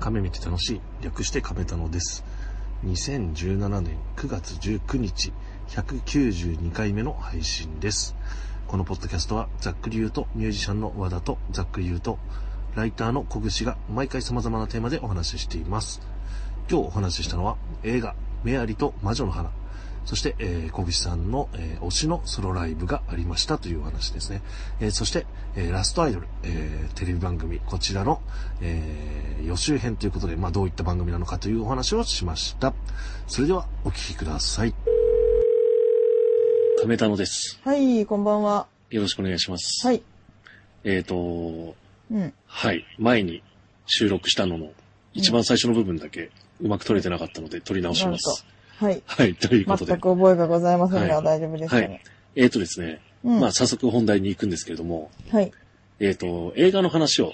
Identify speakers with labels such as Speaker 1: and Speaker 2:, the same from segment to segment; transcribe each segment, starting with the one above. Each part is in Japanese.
Speaker 1: 亀見て楽しい。略して亀太郎です。2017年9月19日、192回目の配信です。このポッドキャストは、ざっくり言うと、ミュージシャンの和田と、ざっくり言うと、ライターの小串が毎回様々なテーマでお話ししています。今日お話ししたのは、映画、メアリと魔女の花。そして、えー、小口さんの、えー推しのソロライブがありましたというお話ですね。えーそして、えーラストアイドル、えーテレビ番組、こちらの、えー予習編ということで、まあ、どういった番組なのかというお話をしました。それでは、お聞きください。亀田野です。
Speaker 2: はい、こんばんは。
Speaker 1: よろしくお願いします。
Speaker 2: はい。
Speaker 1: えっ、と、
Speaker 2: うん。
Speaker 1: はい、前に収録したのの、一番最初の部分だけ、うまく撮れてなかったので、撮り直します。
Speaker 2: はい。
Speaker 1: はい、という
Speaker 2: 全
Speaker 1: こと
Speaker 2: く
Speaker 1: で。
Speaker 2: 覚えがございません
Speaker 1: は
Speaker 2: が、
Speaker 1: い
Speaker 2: 大丈夫ですかね。
Speaker 1: えっ、とですね、
Speaker 2: うん。
Speaker 1: ま
Speaker 2: は
Speaker 1: あ、早速本題に行くんですけれども、
Speaker 2: い。
Speaker 1: えっ、と、映画の話を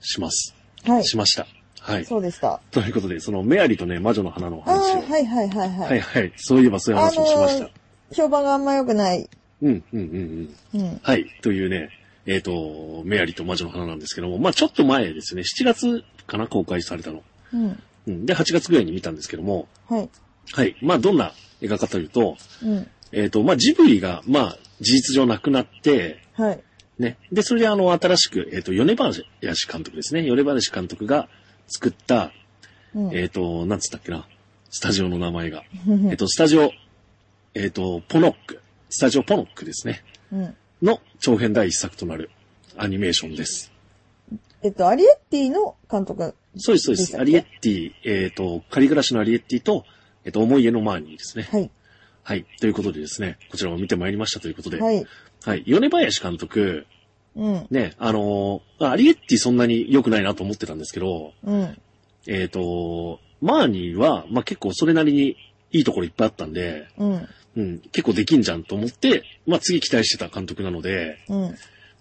Speaker 1: します。
Speaker 2: はい。
Speaker 1: しました。はい。
Speaker 2: そうでした。
Speaker 1: ということで、その、メアリとね、魔女の花の
Speaker 2: ああ
Speaker 1: 話を。
Speaker 2: ー、はいはいはい
Speaker 1: は
Speaker 2: はいい。
Speaker 1: はい。そういえばそういう話もしました。
Speaker 2: あの評判があんま良くない。
Speaker 1: うん、うん、うん、うん。
Speaker 2: うん。
Speaker 1: はい。というね、えっ、と、メアリと魔女の花なんですけども、まあちょっと前ですね、7月かな、公開されたの。
Speaker 2: うん。
Speaker 1: うん。で、8月ぐらいに見たんですけども、
Speaker 2: はい。
Speaker 1: はい。まあどんな映画かというと、
Speaker 2: うん。
Speaker 1: えっ、と、まあジブリが、まあ事実上なくなって、
Speaker 2: はい。
Speaker 1: ね。で、それであの、新しく、えっ、と、米林監督ですね。米林監督が作った、
Speaker 2: うん。
Speaker 1: えっ、と、なんつったっけな、スタジオの名前が。
Speaker 2: うん
Speaker 1: えっと、スタジオ、えっと、ポノック、スタジオポノックですね、
Speaker 2: うん
Speaker 1: の長編第一作となるアニメーションです。
Speaker 2: えっと、アリエッティの監督。
Speaker 1: そうです、そうで
Speaker 2: で
Speaker 1: す。
Speaker 2: すよね
Speaker 1: アリエッティ、えっと、仮暮らしのアリエッティと、えっと、思い家のマーニーですね。
Speaker 2: はい。
Speaker 1: はい。ということでですね、こちらも見てまいりましたということで、は。
Speaker 2: はいい。
Speaker 1: 米林監督、
Speaker 2: うん。
Speaker 1: ね、あのーアリエッティそんなに良くないなと思ってたんですけど、
Speaker 2: うん。
Speaker 1: えっと、マーニーは、まあ、結構それなりにいいところいっぱいあったんで、
Speaker 2: うん。
Speaker 1: うん、結構できんじゃんと思って、まあ、次期待してた監督なので、
Speaker 2: うん。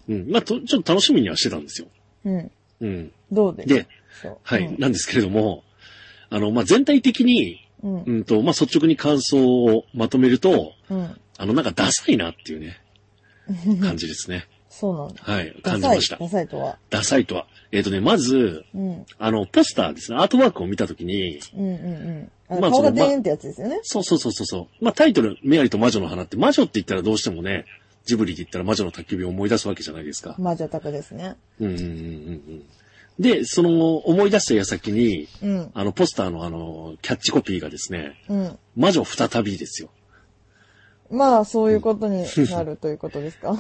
Speaker 1: うん、まあ、と、ちょっと楽しみにはしてたんですよ。
Speaker 2: うん。
Speaker 1: うん。
Speaker 2: どうです
Speaker 1: で、
Speaker 2: そう
Speaker 1: はい、なんですけれども、あの、まあ、全体的に、
Speaker 2: うん。うん
Speaker 1: うんと、まあ、率直に感想をまとめると、
Speaker 2: うん。
Speaker 1: あの、なんかダサいなっていう ね、感じですね。
Speaker 2: そうなんだ。
Speaker 1: はい、
Speaker 2: ダ
Speaker 1: 感じ
Speaker 2: サ
Speaker 1: ま
Speaker 2: い
Speaker 1: した。。
Speaker 2: ダサいとは。
Speaker 1: ダサいとは。えっ、とね、まず、
Speaker 2: うん。
Speaker 1: あの、ポスターですね、アートワークを見たときに、
Speaker 2: うんうんうん。あ
Speaker 1: まあ
Speaker 2: の
Speaker 1: その
Speaker 2: 顔が
Speaker 1: ま
Speaker 2: デ
Speaker 1: あ
Speaker 2: ーンってやつですよね。
Speaker 1: そうそうそうそうそう。まあ、タイトル、メアリと魔女の花って、魔女って言ったらどうしてもね、ジブリで言ったら魔女の宅急便を思い出すわけじゃないですか。
Speaker 2: 魔女宅ですね。
Speaker 1: うんうんうんうんうん。で、その、思い出した矢先に、
Speaker 2: うん。
Speaker 1: あの、ポスターのあの、キャッチコピーがですね、
Speaker 2: うん。
Speaker 1: 魔女再びですよ。
Speaker 2: まあ、そういうことになるということですか。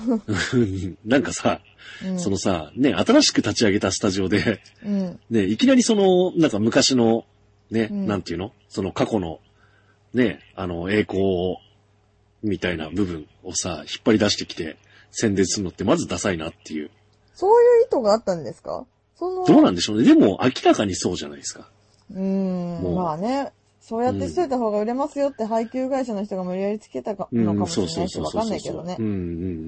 Speaker 1: なんかさ、
Speaker 2: うん
Speaker 1: そのさ、ね、新しく立ち上げたスタジオで、
Speaker 2: うん。
Speaker 1: ね、いきなりその、なんか昔の、ね、
Speaker 2: うん
Speaker 1: なんていうのその過去の、ね、あの、栄光を、みたいな部分をさ、引っ張り出してきて、宣伝するのってまずダサいなっていう。
Speaker 2: そういう意図があったんですかその、
Speaker 1: どうなんでしょうね。でも、明らかにそうじゃないですか。
Speaker 2: うー、
Speaker 1: もうん
Speaker 2: まあね。そうやってしといた方が売れますよって配給会社の人が無理やりつけたか
Speaker 1: う
Speaker 2: のか
Speaker 1: ん、
Speaker 2: も
Speaker 1: そ
Speaker 2: し
Speaker 1: うそう
Speaker 2: れないし、
Speaker 1: そう
Speaker 2: わ
Speaker 1: そう
Speaker 2: かん
Speaker 1: そ
Speaker 2: な
Speaker 1: う
Speaker 2: いけどね
Speaker 1: う。ん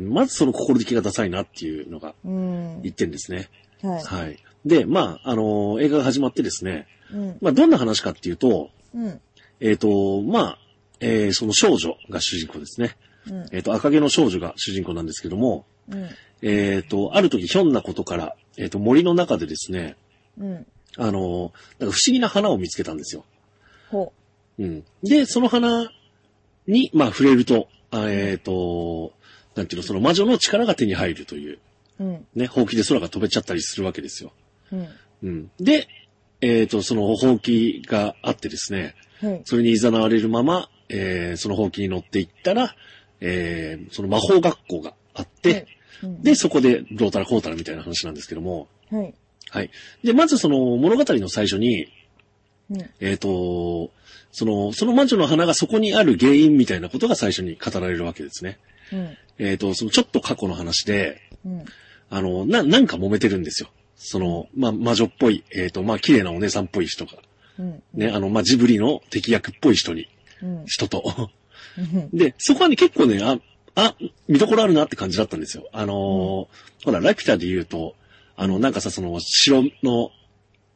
Speaker 1: うん。まずその心意気がダサいなっていうのが
Speaker 2: うん。
Speaker 1: 一点ですね。
Speaker 2: はい。
Speaker 1: はい。で、まあ、あのー映画が始まってですね、
Speaker 2: うん。
Speaker 1: まあ、どんな話かっていうと、
Speaker 2: うん。
Speaker 1: えっ、と、まあ、えーその少女が主人公ですね。
Speaker 2: うん。
Speaker 1: えっ、と、赤毛の少女が主人公なんですけども、
Speaker 2: うん。
Speaker 1: えっ、と、ある時ひょんなことから、えっ、と、森の中でですね、
Speaker 2: うん。
Speaker 1: あのーなんか不思議な花を見つけたんですよ。
Speaker 2: ほ
Speaker 1: うん。で、その花に、まあ、触れると、あえっ、と、なんていうの、その魔女の力が手に入るという、
Speaker 2: う。うん。
Speaker 1: ね、ほうきで空が飛べちゃったりするわけですよ。
Speaker 2: うん。
Speaker 1: うん。で、えっ、と、そのほうきがあってですね、
Speaker 2: はい。
Speaker 1: それに誘われるまま、えーそのほうきに乗っていったら、えーその魔法学校があって、
Speaker 2: はいうん、
Speaker 1: で、そこでどうたらこうたらみたいな話なんですけども、
Speaker 2: はい。
Speaker 1: はい。で、まずその物語の最初に、
Speaker 2: うん。
Speaker 1: えっ、と、その、その魔女の花がそこにある原因みたいなことが最初に語られるわけですね。
Speaker 2: うん。
Speaker 1: えっ、と、そのちょっと過去の話で、
Speaker 2: うん。
Speaker 1: あの、な、なんか揉めてるんですよ。その、まあ、魔女っぽい、えっ、と、まあ、綺麗なお姉さんっぽい人が、
Speaker 2: うん。
Speaker 1: ね、あの、まあ、ジブリの敵役っぽい人に、
Speaker 2: うん。
Speaker 1: 人と、
Speaker 2: うん。
Speaker 1: で、そこはね、結構ね、あ、あ、見どころあるなって感じだったんですよ。あのーほら、ラピュタで言うと、あの、なんかさ、その、城の、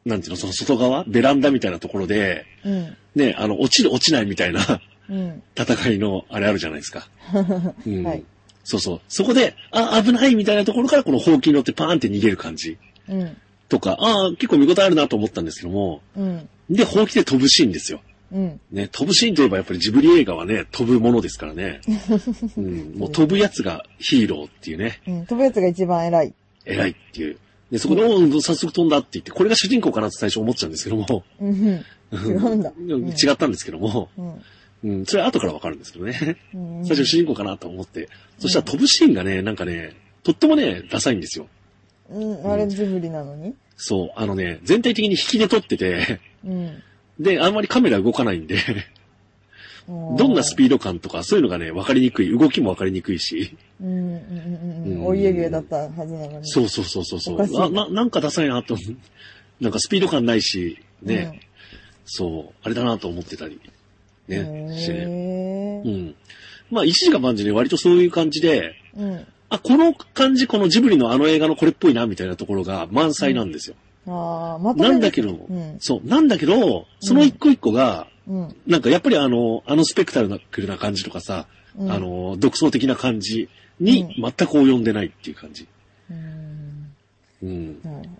Speaker 1: なんていうの、その外側、ベランダみたいなところで、
Speaker 2: うん。
Speaker 1: ね、あの、落ちる、落ちないみたいな
Speaker 2: うん。
Speaker 1: 戦いの、あれあるじゃないですか。うん
Speaker 2: はい
Speaker 1: そうそう。そこで、あ、危ないみたいなところから、このほうきに乗ってパーンって逃げる感じ
Speaker 2: うん。
Speaker 1: とか、ああ、結構見応えあるなと思ったんですけども、
Speaker 2: うん。
Speaker 1: で、ほうきで飛ぶシーンですよ。
Speaker 2: うん。
Speaker 1: ね、飛ぶシーンといえばやっぱりジブリ映画はね、飛ぶものですから ね。うん、もう飛ぶやつがヒーローっていうね、
Speaker 2: うん。飛ぶやつが一番偉い。
Speaker 1: 偉いっていう。で、そこで、おう早速飛んだって言って、これが主人公かなって最初思っちゃうんですけども、
Speaker 2: うん。違うんだ。うん
Speaker 1: 違ったん ですけども、
Speaker 2: うん。
Speaker 1: うん、それは後からわかるんですけど ね。
Speaker 2: うん。
Speaker 1: 最初主人公かなと思って。そしたら飛ぶシーンがね、なんかね、とってもね、ダサいんですよ。
Speaker 2: うん。あれジブリなのに
Speaker 1: そう、あのね、全体的に引きで撮ってて、
Speaker 2: うん。
Speaker 1: で、あんまりカメラ動かない んで、どんなス
Speaker 2: ー
Speaker 1: ピード感とかそういうのがね、わかりにくい。動きもわかりにくいし。
Speaker 2: ドうん。うん。うん。
Speaker 1: う
Speaker 2: うんん。お家芸だったはずなのに。
Speaker 1: そうそうそうそうそ
Speaker 2: おかしいう
Speaker 1: あな。なんかダサいなと思う。 なんかスピード感ないし、
Speaker 2: うん。
Speaker 1: ね、そう、あれだなと思ってたり、ね、してね。
Speaker 2: へ
Speaker 1: う
Speaker 2: え。
Speaker 1: ん。まあ、一時間感じで割とそういう感じで、
Speaker 2: うん。
Speaker 1: あ、この感じ、このジブリのあの映画のこれっぽいな、みたいなところが満載なんですよ。
Speaker 2: ああ、まとめ
Speaker 1: な
Speaker 2: て
Speaker 1: んだけど、
Speaker 2: うん。
Speaker 1: そう、なんだけど、その一個一個が、
Speaker 2: うん。
Speaker 1: なんかやっぱりあの、あのスペクタクルな感じとかさ、
Speaker 2: うん
Speaker 1: あ、の、独創的な感じに全く及んでないっていう感じ。
Speaker 2: うん。
Speaker 1: うん。
Speaker 2: なるほ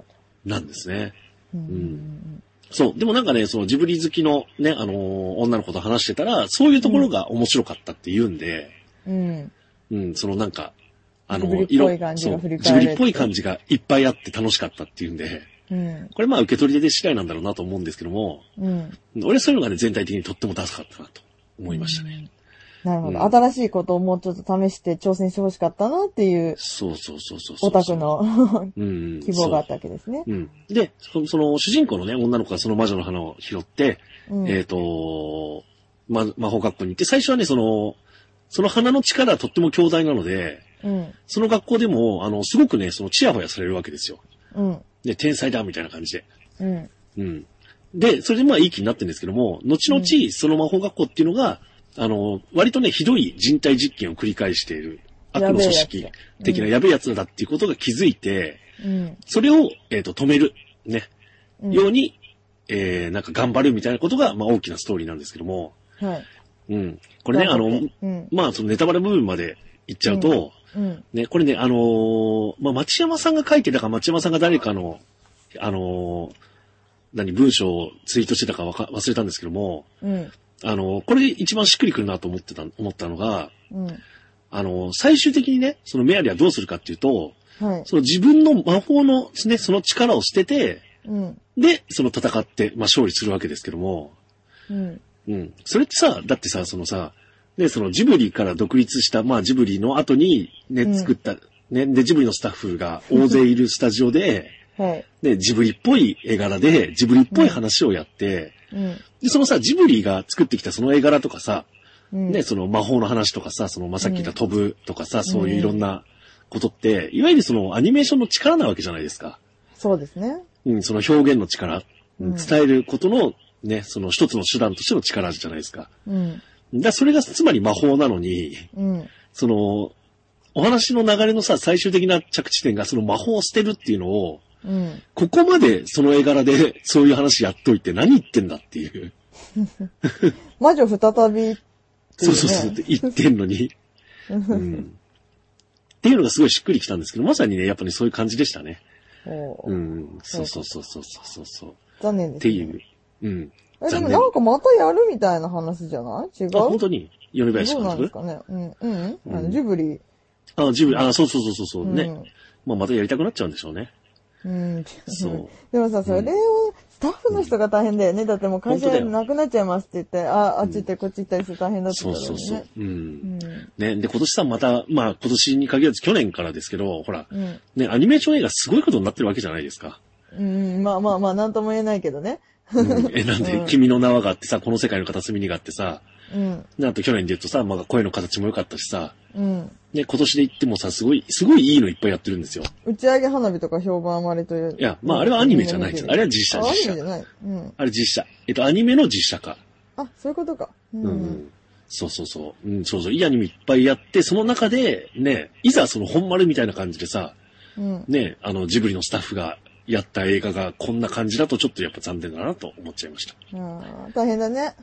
Speaker 1: なんですね。
Speaker 2: ど。うん
Speaker 1: うそう。でもなんかね、そのジブリ好きのね、あのー女の子と話してたら、そういうところが面白かったって言うんで、
Speaker 2: うん。うん。
Speaker 1: うん、そのなんか、あの
Speaker 2: ジブリっぽい感じが振り
Speaker 1: ジ
Speaker 2: 返
Speaker 1: ブ
Speaker 2: れる
Speaker 1: リっぽい感じがいっぱいあって楽しかったっていうんで、
Speaker 2: うん。
Speaker 1: これまあ受け取り手次第なんだろうなと思うんですけども、
Speaker 2: うん。
Speaker 1: 俺はそういうのがね、全体的にとってもダサかったなと思いましたね。
Speaker 2: なるほど。
Speaker 1: うん
Speaker 2: 新しいことをもうちょっと試して挑戦してほしかったなっていう
Speaker 1: そうそうそうそうそう。
Speaker 2: オタクの
Speaker 1: うんうん
Speaker 2: 希望があったわけですね。
Speaker 1: そううん。で、そその主人公のね、女の子がその魔女の花を拾って、
Speaker 2: うん。
Speaker 1: えっ、と、ま、魔法学校に行って、最初はね、その、その花の力はとっても強大なので、
Speaker 2: うん。
Speaker 1: その学校でも、あの、すごくね、その、チヤホヤされるわけですよ。
Speaker 2: うん。
Speaker 1: で、天才だ、みたいな感じで。
Speaker 2: うん。
Speaker 1: うん。で、それでまあいい気になってるんですけども、後々、
Speaker 2: う
Speaker 1: その魔法学校っていうのが、あの、割とね、ひどい人体実験を繰り返している、悪の組織
Speaker 2: やべえやつ
Speaker 1: 的なやべえやつだっていうことが気づいて、
Speaker 2: うん。
Speaker 1: それを、えっ、と、止める、ね、
Speaker 2: うん
Speaker 1: ように、えー、なんか頑張るみたいなことが、まあ大きなストーリーなんですけども、
Speaker 2: はい。
Speaker 1: うん。これね、あ
Speaker 2: 頑張っ
Speaker 1: の、
Speaker 2: てうん。
Speaker 1: まあそのネタバレ部分まで言っちゃうと、
Speaker 2: うん。
Speaker 1: ね、これね、あのーまあ、町山さんが書いてたか、町山さんが誰かの、あのー何、文章をツイートしてたかわか忘れたんですけども、
Speaker 2: うん。
Speaker 1: あのーこれ一番しっくりくるなと思ってた、思ったのが、
Speaker 2: うん。
Speaker 1: あのー最終的にね、そのメアリはどうするかっていうと、
Speaker 2: はい。
Speaker 1: その自分の魔法の、ね、その力を捨てて、
Speaker 2: うん。
Speaker 1: で、その戦って、まあ、勝利するわけですけども、
Speaker 2: うん。
Speaker 1: うん。それってさ、だってさ、そのさ、ね、そのジブリから独立した、まあジブリの後にね、
Speaker 2: うん
Speaker 1: 作った、ね、で、ジブリのスタッフが大勢いるスタジオで、
Speaker 2: はい。
Speaker 1: ね、ジブリっぽい絵柄で、ジブリっぽい話をやって、
Speaker 2: うん。
Speaker 1: で、そのさ、ジブリが作ってきたその絵柄とかさ、
Speaker 2: うん。
Speaker 1: ね、その魔法の話とかさ、そのまあさっき言った
Speaker 2: うん
Speaker 1: 飛ぶとかさ、そういういろんなことって、いわゆるそのアニメーションの力なわけじゃないですか。
Speaker 2: そうですね。
Speaker 1: うん、その表現の力、うん
Speaker 2: うん
Speaker 1: 伝えることの、ね、その一つの手段としての力じゃないですか。
Speaker 2: うん。
Speaker 1: だそれがつまり魔法なのに、
Speaker 2: うん。
Speaker 1: その、お話の流れのさ、最終的な着地点がその魔法を捨てるっていうのを、
Speaker 2: うん。
Speaker 1: ここまでその絵柄でそういう話やっといて何言ってんだっていう。
Speaker 2: 魔女再び、
Speaker 1: そうそうそう、言ってんのに。うん。っていうのがすごいしっくりきたんですけど、まさにね、やっぱり、そういう感じでしたね。
Speaker 2: お
Speaker 1: う
Speaker 2: ー
Speaker 1: ん。そうそうそうそうそうそう。っ
Speaker 2: 残念です
Speaker 1: て
Speaker 2: ね。
Speaker 1: いう。うん。
Speaker 2: え、で
Speaker 1: 残念
Speaker 2: もなんかまたやるみたいな話じゃない違う
Speaker 1: あ、本当に米林
Speaker 2: どう
Speaker 1: 監
Speaker 2: なんです
Speaker 1: 督
Speaker 2: かねうん。うん。あ
Speaker 1: うん
Speaker 2: の、ジブリ。
Speaker 1: あ、ジブリ、あ、そうそうそうそうそう、
Speaker 2: うん
Speaker 1: ね。。まあ、またやりたくなっちゃうんでしょうね。
Speaker 2: うん。
Speaker 1: そう。
Speaker 2: でもさ、それを、スタッフの人が大変だよね。だってもう会社
Speaker 1: 本当だよ
Speaker 2: なくなっちゃいますって言って、あ、あっち行ってこっち行ったりすると大変だった
Speaker 1: そ
Speaker 2: ん
Speaker 1: う
Speaker 2: だろう
Speaker 1: そう
Speaker 2: ね。
Speaker 1: そう。うん
Speaker 2: うん。
Speaker 1: ね、で、今年さ、また、まあ今年に限らず去年からですけど、ほら、
Speaker 2: うん。
Speaker 1: ね、アニメーション映画すごいことになってるわけじゃないですか。
Speaker 2: うん、まあまあまあ、なんとも言えないけどね。
Speaker 1: うんえ、なんで
Speaker 2: う、ん
Speaker 1: 君の名はがあってさ、この世界の片隅にがあってさ、
Speaker 2: うん。
Speaker 1: であと去年で言うとさ、まあ声の形も良かったしさ、
Speaker 2: うん。
Speaker 1: ね、今年で言ってもさ、すごい、すごいいいのいっぱいやってるんですよ。
Speaker 2: 打ち上げ花火とか評判割という。
Speaker 1: いや、まああれはアニメじゃないです。あれは実写、
Speaker 2: あアニ
Speaker 1: 実
Speaker 2: メじゃ
Speaker 1: 写。
Speaker 2: ない。うん。
Speaker 1: あれ実写。えっと、アニメの実写化。
Speaker 2: あ、そういうことか。う。
Speaker 1: うんん。そうそうそう。うん、そうそう。いいアニメいっぱいやって、その中で、ね、いざその本丸みたいな感じでさ、
Speaker 2: うん。
Speaker 1: ね、あの、ジブリのスタッフがやった映画がこんな感じだとちょっとやっぱ残念だなと思っちゃいました。
Speaker 2: あー大変だね。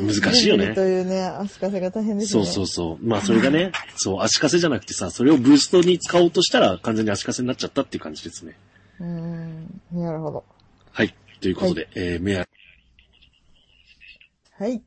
Speaker 1: 難しいよ
Speaker 2: ジブリ
Speaker 1: ね
Speaker 2: と。いうね、足かせが大変です
Speaker 1: そ
Speaker 2: ね。
Speaker 1: うそうそう。まあそれがね、そう、足かせじゃなくてさ、それをブーストに使おうとしたら完全に足かせになっちゃったっていう感じですね。
Speaker 2: うーん。なるほど。
Speaker 1: はい。ということで、えー、メアリ
Speaker 2: はい。
Speaker 1: ー。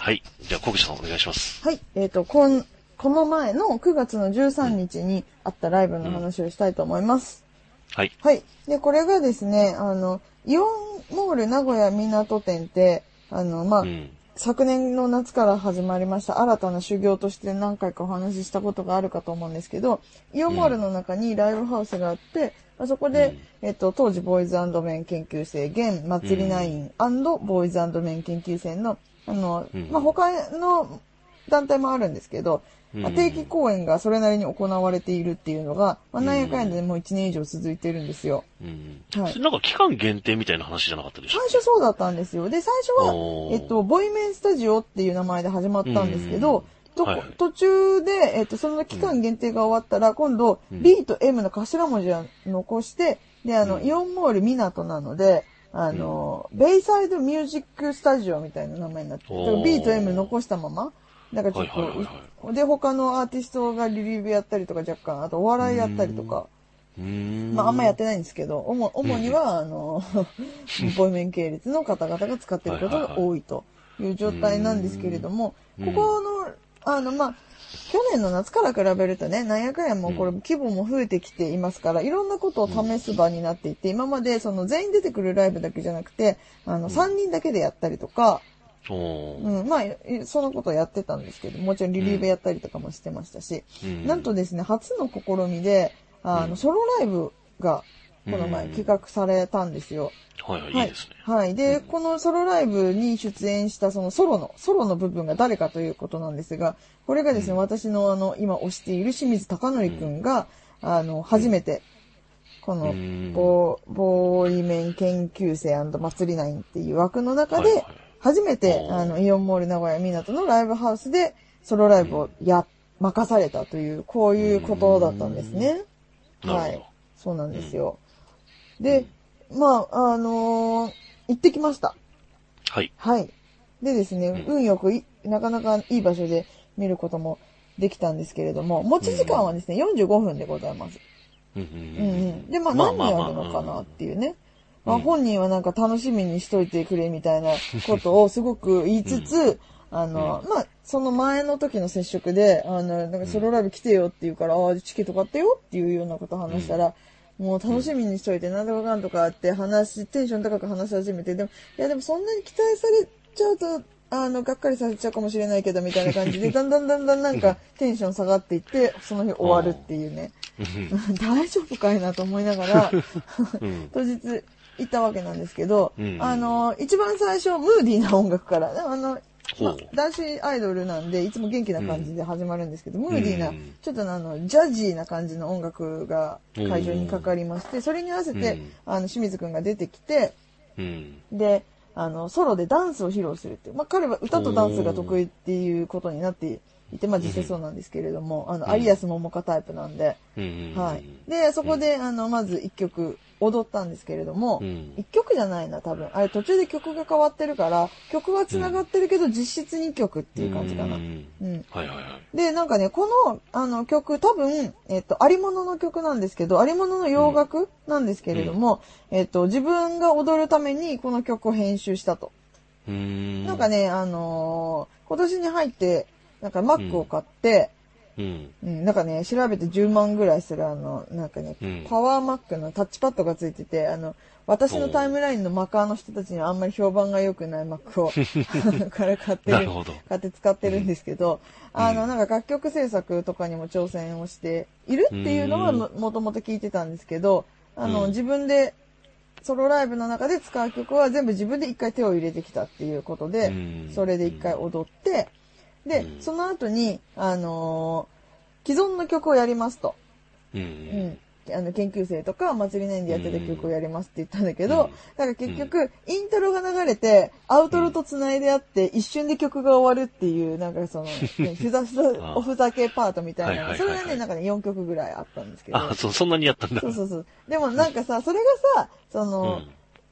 Speaker 1: はい。じゃあ、小口さんお願いします。
Speaker 2: はい。えっ、と、こん、この前の9月の13日にあったライブの話をしたいと思います。
Speaker 1: はい。
Speaker 2: はい。で、これがですね、あの、イオンモール名古屋港店って、あの、まあ、
Speaker 1: うん。
Speaker 2: 昨年の夏から始まりました新たな修行として何回かお話ししたことがあるかと思うんですけど、イオンモールの中にライブハウスがあって、まあそこで、えっと、当時ボーイズメン研究生、現祭りナインボーイズメン研究生の、あの、
Speaker 1: うん
Speaker 2: まあ、他の団体もあるんですけど、まあ定期公演がそれなりに行われているっていうのが、まあ、なんやかんやでもう1年以上続いてるんですよ。
Speaker 1: うん。
Speaker 2: はい
Speaker 1: それなんか期間限定みたいな話じゃなかったでし
Speaker 2: 最
Speaker 1: ょ
Speaker 2: 初そうだったんですよ。で、最初は、
Speaker 1: おー
Speaker 2: えっと、ボイメンスタジオっていう名前で始まったんですけど、
Speaker 1: うん
Speaker 2: どこ
Speaker 1: はい
Speaker 2: 途中で、えっと、その期間限定が終わったら、今度、
Speaker 1: うん
Speaker 2: B と M の頭文字を残して、で、あの、
Speaker 1: うん
Speaker 2: イオンモール港なので、あの、ベイサイドミュージックスタジオみたいな名前になって
Speaker 1: おー
Speaker 2: て、B と M 残したまま、なんかちょ
Speaker 1: は
Speaker 2: っ
Speaker 1: いはいはい
Speaker 2: と、で、他のアーティストがリリーブやったりとか若干、あとお笑いやったりとか、
Speaker 1: うーん。
Speaker 2: まあ、あんまやってないんですけど、主主には、あの、 ボイメン系列の方々が使ってることが多いという状態なんですけれども、
Speaker 1: うん
Speaker 2: ここの、あの、まあ、去年の夏から比べるとね、なんやかんやもうこれ規模も増えてきていますから、いろんなことを試す場になっていて、今までその全員出てくるライブだけじゃなくて、あの、3人だけでやったりとか、
Speaker 1: おー
Speaker 2: うん、まあ、いそのことをやってたんですけど、もちろんリリーベやったりとかもしてましたし、
Speaker 1: うん
Speaker 2: なんとですね、初の試みで、あ
Speaker 1: う
Speaker 2: の、
Speaker 1: ん
Speaker 2: ソロライブが、この前
Speaker 1: うん
Speaker 2: 企画されたんですよ。
Speaker 1: はいはい、い
Speaker 2: はい
Speaker 1: ですね。
Speaker 2: はい。で、このソロライブに出演したそのソロの、ソロの部分が誰かということなんですが、これがですね、
Speaker 1: うん
Speaker 2: 私のあの、今推している清水貴則くんが、あの、初めて、この、
Speaker 1: うん
Speaker 2: ボー、ボーイメン研究生祭りナインっていう枠の中で、
Speaker 1: はいはい
Speaker 2: 初めて
Speaker 1: お、ー
Speaker 2: あの、イオンモール名古屋港のライブハウスで、ソロライブをや、任されたという、こういうことだったんですね。
Speaker 1: な
Speaker 2: は
Speaker 1: るほ
Speaker 2: い
Speaker 1: ど。。
Speaker 2: そうなんですよ。で、まあ、あのー行ってきました。
Speaker 1: はい。
Speaker 2: はい。でですね、
Speaker 1: うん
Speaker 2: 運よくい、なかなかいい場所で見ることもできたんですけれども、持ち時間はですね、45分でございます。
Speaker 1: うんう
Speaker 2: うんうんん。で、まあ、何やるのかなっていうね。まあ、本人はなんか楽しみにしといてくれみたい なことをすごく言いつつ、あの、まあ、その前の時の接触で、あの、なんかソロライブ来てよって言うから、ああ、チケット買ってよっていうようなことを話したら、もう楽しみにしといて、なんとかかんとかって話、テンション高く話し始めて、でも、いやでもそんなに期待されちゃうと、あの、がっかりさせちゃうかもしれないけど、みたいな感 じで、だんだんだんだんなんかテンション下がっていって、その日終わるっていうね。
Speaker 1: うん
Speaker 2: 大丈夫かいなと思いなが ら、
Speaker 1: うん。
Speaker 2: 当日行ったわけなんですけど、
Speaker 1: うん
Speaker 2: あの、一番最初、ムーディーな音楽から、あの、
Speaker 1: ほ
Speaker 2: ま
Speaker 1: う。
Speaker 2: 男子アイドルなんで、いつも元気な感じで始まるんですけど、ムーディーな
Speaker 1: うん、
Speaker 2: ちょっとあの、ジャジーな感じの音楽が会場にかかりまして、それに合わせて、
Speaker 1: うん
Speaker 2: あの、清水くんが出てきて、
Speaker 1: うん。
Speaker 2: で、あの、ソロでダンスを披露するっていう。まあ、彼は歌とダンスが得意っていうことになっていて、まあ、実際そうなんですけれども、あの、有安桃花タイプなんで、
Speaker 1: うん。
Speaker 2: はい。で、そこで、あの、まず一曲踊ったんですけれども
Speaker 1: う、ん
Speaker 2: 一曲じゃないな、多分。あれ、途中で曲が変わってるから、曲は繋がってるけど、実質2曲っていう感じかな
Speaker 1: う。ん
Speaker 2: うん。
Speaker 1: はいはいはい。
Speaker 2: で、なんかね、この、あの、曲、多分、えっと、ありものの曲なんですけど、ありものの洋楽なんですけれども、えっと、自分が踊るために、この曲を編集したと。
Speaker 1: うん。
Speaker 2: なんかね、あのー今年に入って、なんか Mac を買って、
Speaker 1: うん。
Speaker 2: うん、なんかね、調べて10万ぐらいするあの、なんかね、
Speaker 1: うん
Speaker 2: パワーマックのタッチパッドがついてて、あの、私のタイムラインのマカーの人たちにはあんまり評判が良くないマックを、あ のから買って
Speaker 1: な
Speaker 2: る
Speaker 1: る、ほど。
Speaker 2: 買って使ってるんですけど、
Speaker 1: うん
Speaker 2: あ
Speaker 1: う
Speaker 2: の、
Speaker 1: ん
Speaker 2: なんか楽曲制作とかにも挑戦をしているっていうのは
Speaker 1: うん
Speaker 2: ももともと聞いてたんですけど、あの、
Speaker 1: うん
Speaker 2: 自分で、ソロライブの中で使う曲は全部自分で一回手を入れてきたっていうことで、
Speaker 1: うん
Speaker 2: それで一回踊って、で、
Speaker 1: うん
Speaker 2: その後に、あのー既存の曲をやりますと。
Speaker 1: う。
Speaker 2: うんん。あの、研究生とか、祭り年でやってた曲をやりますって言ったんだけど、なんか結局、イントロが流れて、アウトロと繋いであって、一瞬で曲が終わるっていう、なんかその、ね ふざふざ
Speaker 1: ああ
Speaker 2: おふざけパートみたい
Speaker 1: はいは
Speaker 2: な。
Speaker 1: い
Speaker 2: そ
Speaker 1: はい
Speaker 2: れ
Speaker 1: はい
Speaker 2: がね、なんかね、4曲ぐらいあったんですけど。
Speaker 1: あ、そう、そんなにやったんだ
Speaker 2: そ。うそうそう。でもなんかさ、それがさ、その、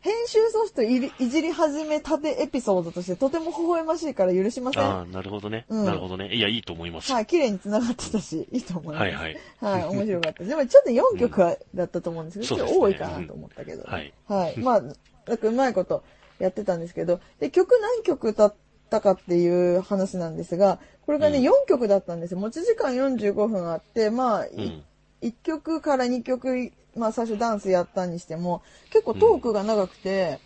Speaker 2: 編集ソフトいりいじり始めたてエピソードとしてとても微笑ましいから許しません。
Speaker 1: あ
Speaker 2: は
Speaker 1: あ、なるほどね、
Speaker 2: うん、
Speaker 1: なるほどね。いや、いいと思います。はい
Speaker 2: 綺麗に繋がってたし、 いいと思います。
Speaker 1: いはい。
Speaker 2: はい、面白かった。でもちょっと4曲はだったと思うんですけど、
Speaker 1: そう
Speaker 2: ち
Speaker 1: で
Speaker 2: ょっ
Speaker 1: す
Speaker 2: と
Speaker 1: ね
Speaker 2: 多いかなと思ったけど。
Speaker 1: はい。
Speaker 2: はい。まあ、なんかうまいことやってたんですけど、で、曲何曲歌ったかっていう話なんですが、これがね、
Speaker 1: うん
Speaker 2: 4曲だったんですよ。持ち時間45分あって、まあ、
Speaker 1: う
Speaker 2: い
Speaker 1: ん。
Speaker 2: 1曲から2曲、まあ最初ダンスやったにしても、結構トークが長くて、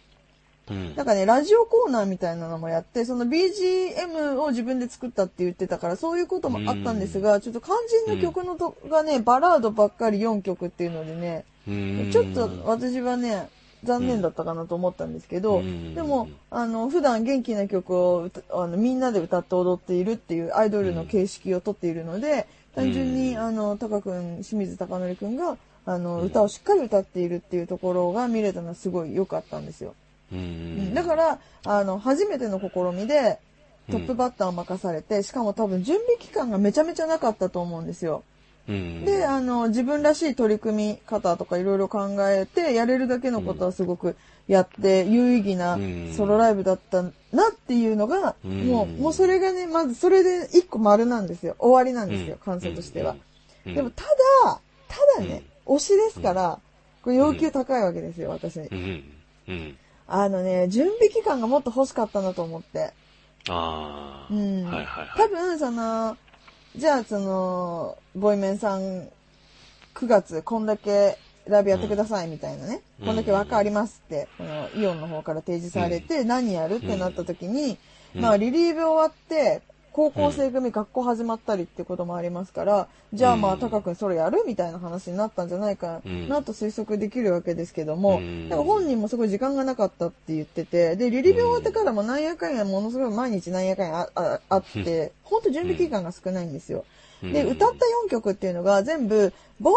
Speaker 1: うん
Speaker 2: なん。かね、ラジオコーナーみたいなのもやって、その BGM を自分で作ったって言ってたから、そういうこともあったんですが、ちょっと肝心の曲のと、がね、バラードばっかり4曲っていうのでね、
Speaker 1: うーん
Speaker 2: ちょっと私はね、残念だったかなと思ったんですけど、
Speaker 1: うん
Speaker 2: でも、あの、普段元気な曲を歌あのみんなで歌って踊っているっていうアイドルの形式をとっているので、
Speaker 1: うん
Speaker 2: 単純に、
Speaker 1: うん
Speaker 2: あの、タカ君、清水貴則君が、あの、
Speaker 1: うん
Speaker 2: 歌をしっかり歌っているっていうところが見れたのはすごい良かったんですよ。
Speaker 1: う
Speaker 2: うん
Speaker 1: ん。、
Speaker 2: だからら、あの、初めての試みで、
Speaker 1: うん
Speaker 2: トップバッターを任されて、しかも多分準備期間がめちゃめちゃなかったと思うんですよ。
Speaker 1: うん。
Speaker 2: で、あの、自分らしい取り組み方とかいろいろ考えて、やれるだけのことはすごくやって、有意義な
Speaker 1: うん
Speaker 2: ソロライブだったなっていうのが、
Speaker 1: うん
Speaker 2: もう、もうそれがね、まずそれで一個丸なんですよ。終わりなん
Speaker 1: うん、
Speaker 2: ですよ、感想としては。
Speaker 1: うん。
Speaker 2: でも、ただ、ただね、推しですから、これ要求高いわけですよ、私に
Speaker 1: う。ん。うん。
Speaker 2: あのね、準備期間がもっと欲しかったなと思って。
Speaker 1: ああ。
Speaker 2: うん
Speaker 1: はいはいはい。
Speaker 2: 多分、その、じゃあ、その、ボイメンさん、9月、こんだけライブやってください、みたいなね。
Speaker 1: うん
Speaker 2: こんだけ枠ありますって、この、イオンの方から提示されて、何やるってなった時に、
Speaker 1: うん
Speaker 2: まあ、リリーブ終わって、高校生組、学校始まったりってこともありますから、じゃあま
Speaker 1: う
Speaker 2: あ、
Speaker 1: ん
Speaker 2: タカ君それやるみたいな話になったんじゃないかなと推測できるわけですけども、
Speaker 1: うん
Speaker 2: だから本人もすごい時間がなかったって言ってて、で、リリビ終わってからもなんやかんや、ものすごい毎日なんやかんやあああって、ほんと準備期間が少ないんですよ。で、歌った4曲っていうのが全部、ボーイ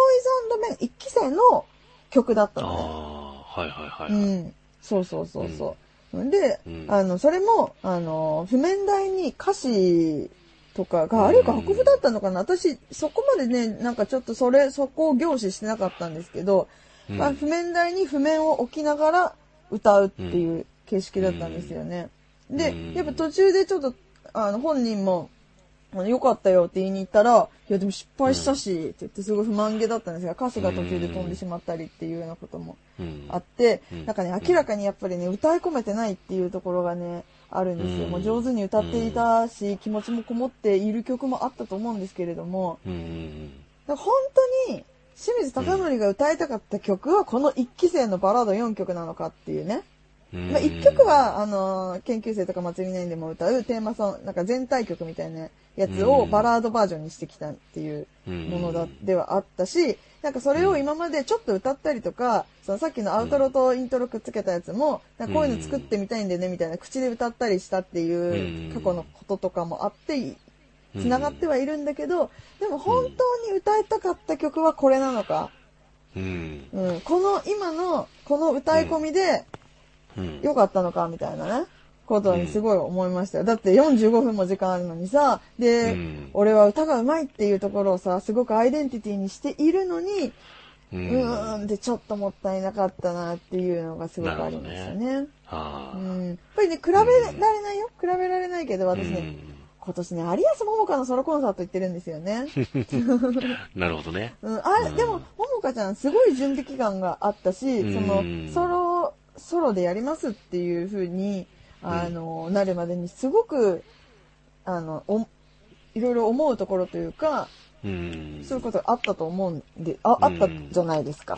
Speaker 2: ズメン1期生の曲だった
Speaker 1: あ
Speaker 2: のね。
Speaker 1: あー、はいはいうはい。
Speaker 2: ん。そうそうそうそう。で、
Speaker 1: うん
Speaker 2: あの、それも、あの、譜面台に歌詞とかが、あれか、楽譜だったのかな私、そこまでね、なんかちょっとそれ、そこを凝視してなかったんですけど、
Speaker 1: うん
Speaker 2: まあ、譜面台に譜面を置きながら歌うっていう形式だったんですよね。
Speaker 1: ん
Speaker 2: で
Speaker 1: うん、
Speaker 2: やっぱ途中でちょっと、あの、本人も、あの良かったよって言いに行ったら、いやでも失敗したし、って言ってすごい不満げだったんですが、歌詞が途中で飛んでしまったりっていうようなことも
Speaker 1: うん
Speaker 2: あって
Speaker 1: うん、
Speaker 2: なんかね、明らかにやっぱりね、歌い込めてないっていうところがね、あるんですよ。
Speaker 1: うん
Speaker 2: もう上手に歌っていたし、気持ちもこもっている曲もあったと思うんですけれども、
Speaker 1: うん。
Speaker 2: だから本当に清水貴則が歌いたかった曲はこの1期生のバラード4曲なのかっていうね、
Speaker 1: うん
Speaker 2: まあ、1曲、はあのー研究生とか祭り年でも歌うテーマソングなんか全体曲みたいなやつを
Speaker 1: うん
Speaker 2: バラードバージョンにしてきたっていうものだではあったしなんかそれを今までちょっと歌ったりとかそのさっきのアウトロとイントロくっつけたやつもなんかこういうの作ってみたいんでねみたいな口で歌ったりしたっていう過去のこととかもあってつながってはいるんだけど、でも本当に歌いたかった曲はこれなのか、
Speaker 1: うん。
Speaker 2: うん、この今のこの歌い込みで
Speaker 1: うん。
Speaker 2: 良かったのかみたいなねことにすごい思いましたよだって45分も時間あるのにさで、
Speaker 1: うん
Speaker 2: 俺は歌がうまいっていうところをさすごくアイデンティティにしているのに
Speaker 1: う
Speaker 2: うんーんってちょっともったいなかったなっていうのがすごくありましたね。
Speaker 1: ああ。
Speaker 2: うん、やっぱりね、比べられないよ。比べられないけど、私ね、今年ね、有安桃香のソロコンサート行ってるんですよね。
Speaker 1: うんなるほどね。
Speaker 2: うん、あ
Speaker 1: う
Speaker 2: れ、
Speaker 1: ん
Speaker 2: でも、ももかちゃん、すごい準備期間があったし、
Speaker 1: うん
Speaker 2: その、ソロ、ソロでやりますっていう風に、あの、なるまでに、すごく、あの、お、いろいろ思うところというか、
Speaker 1: うん。
Speaker 2: そういうことがあったと思うんで、あ、あったじゃないですか。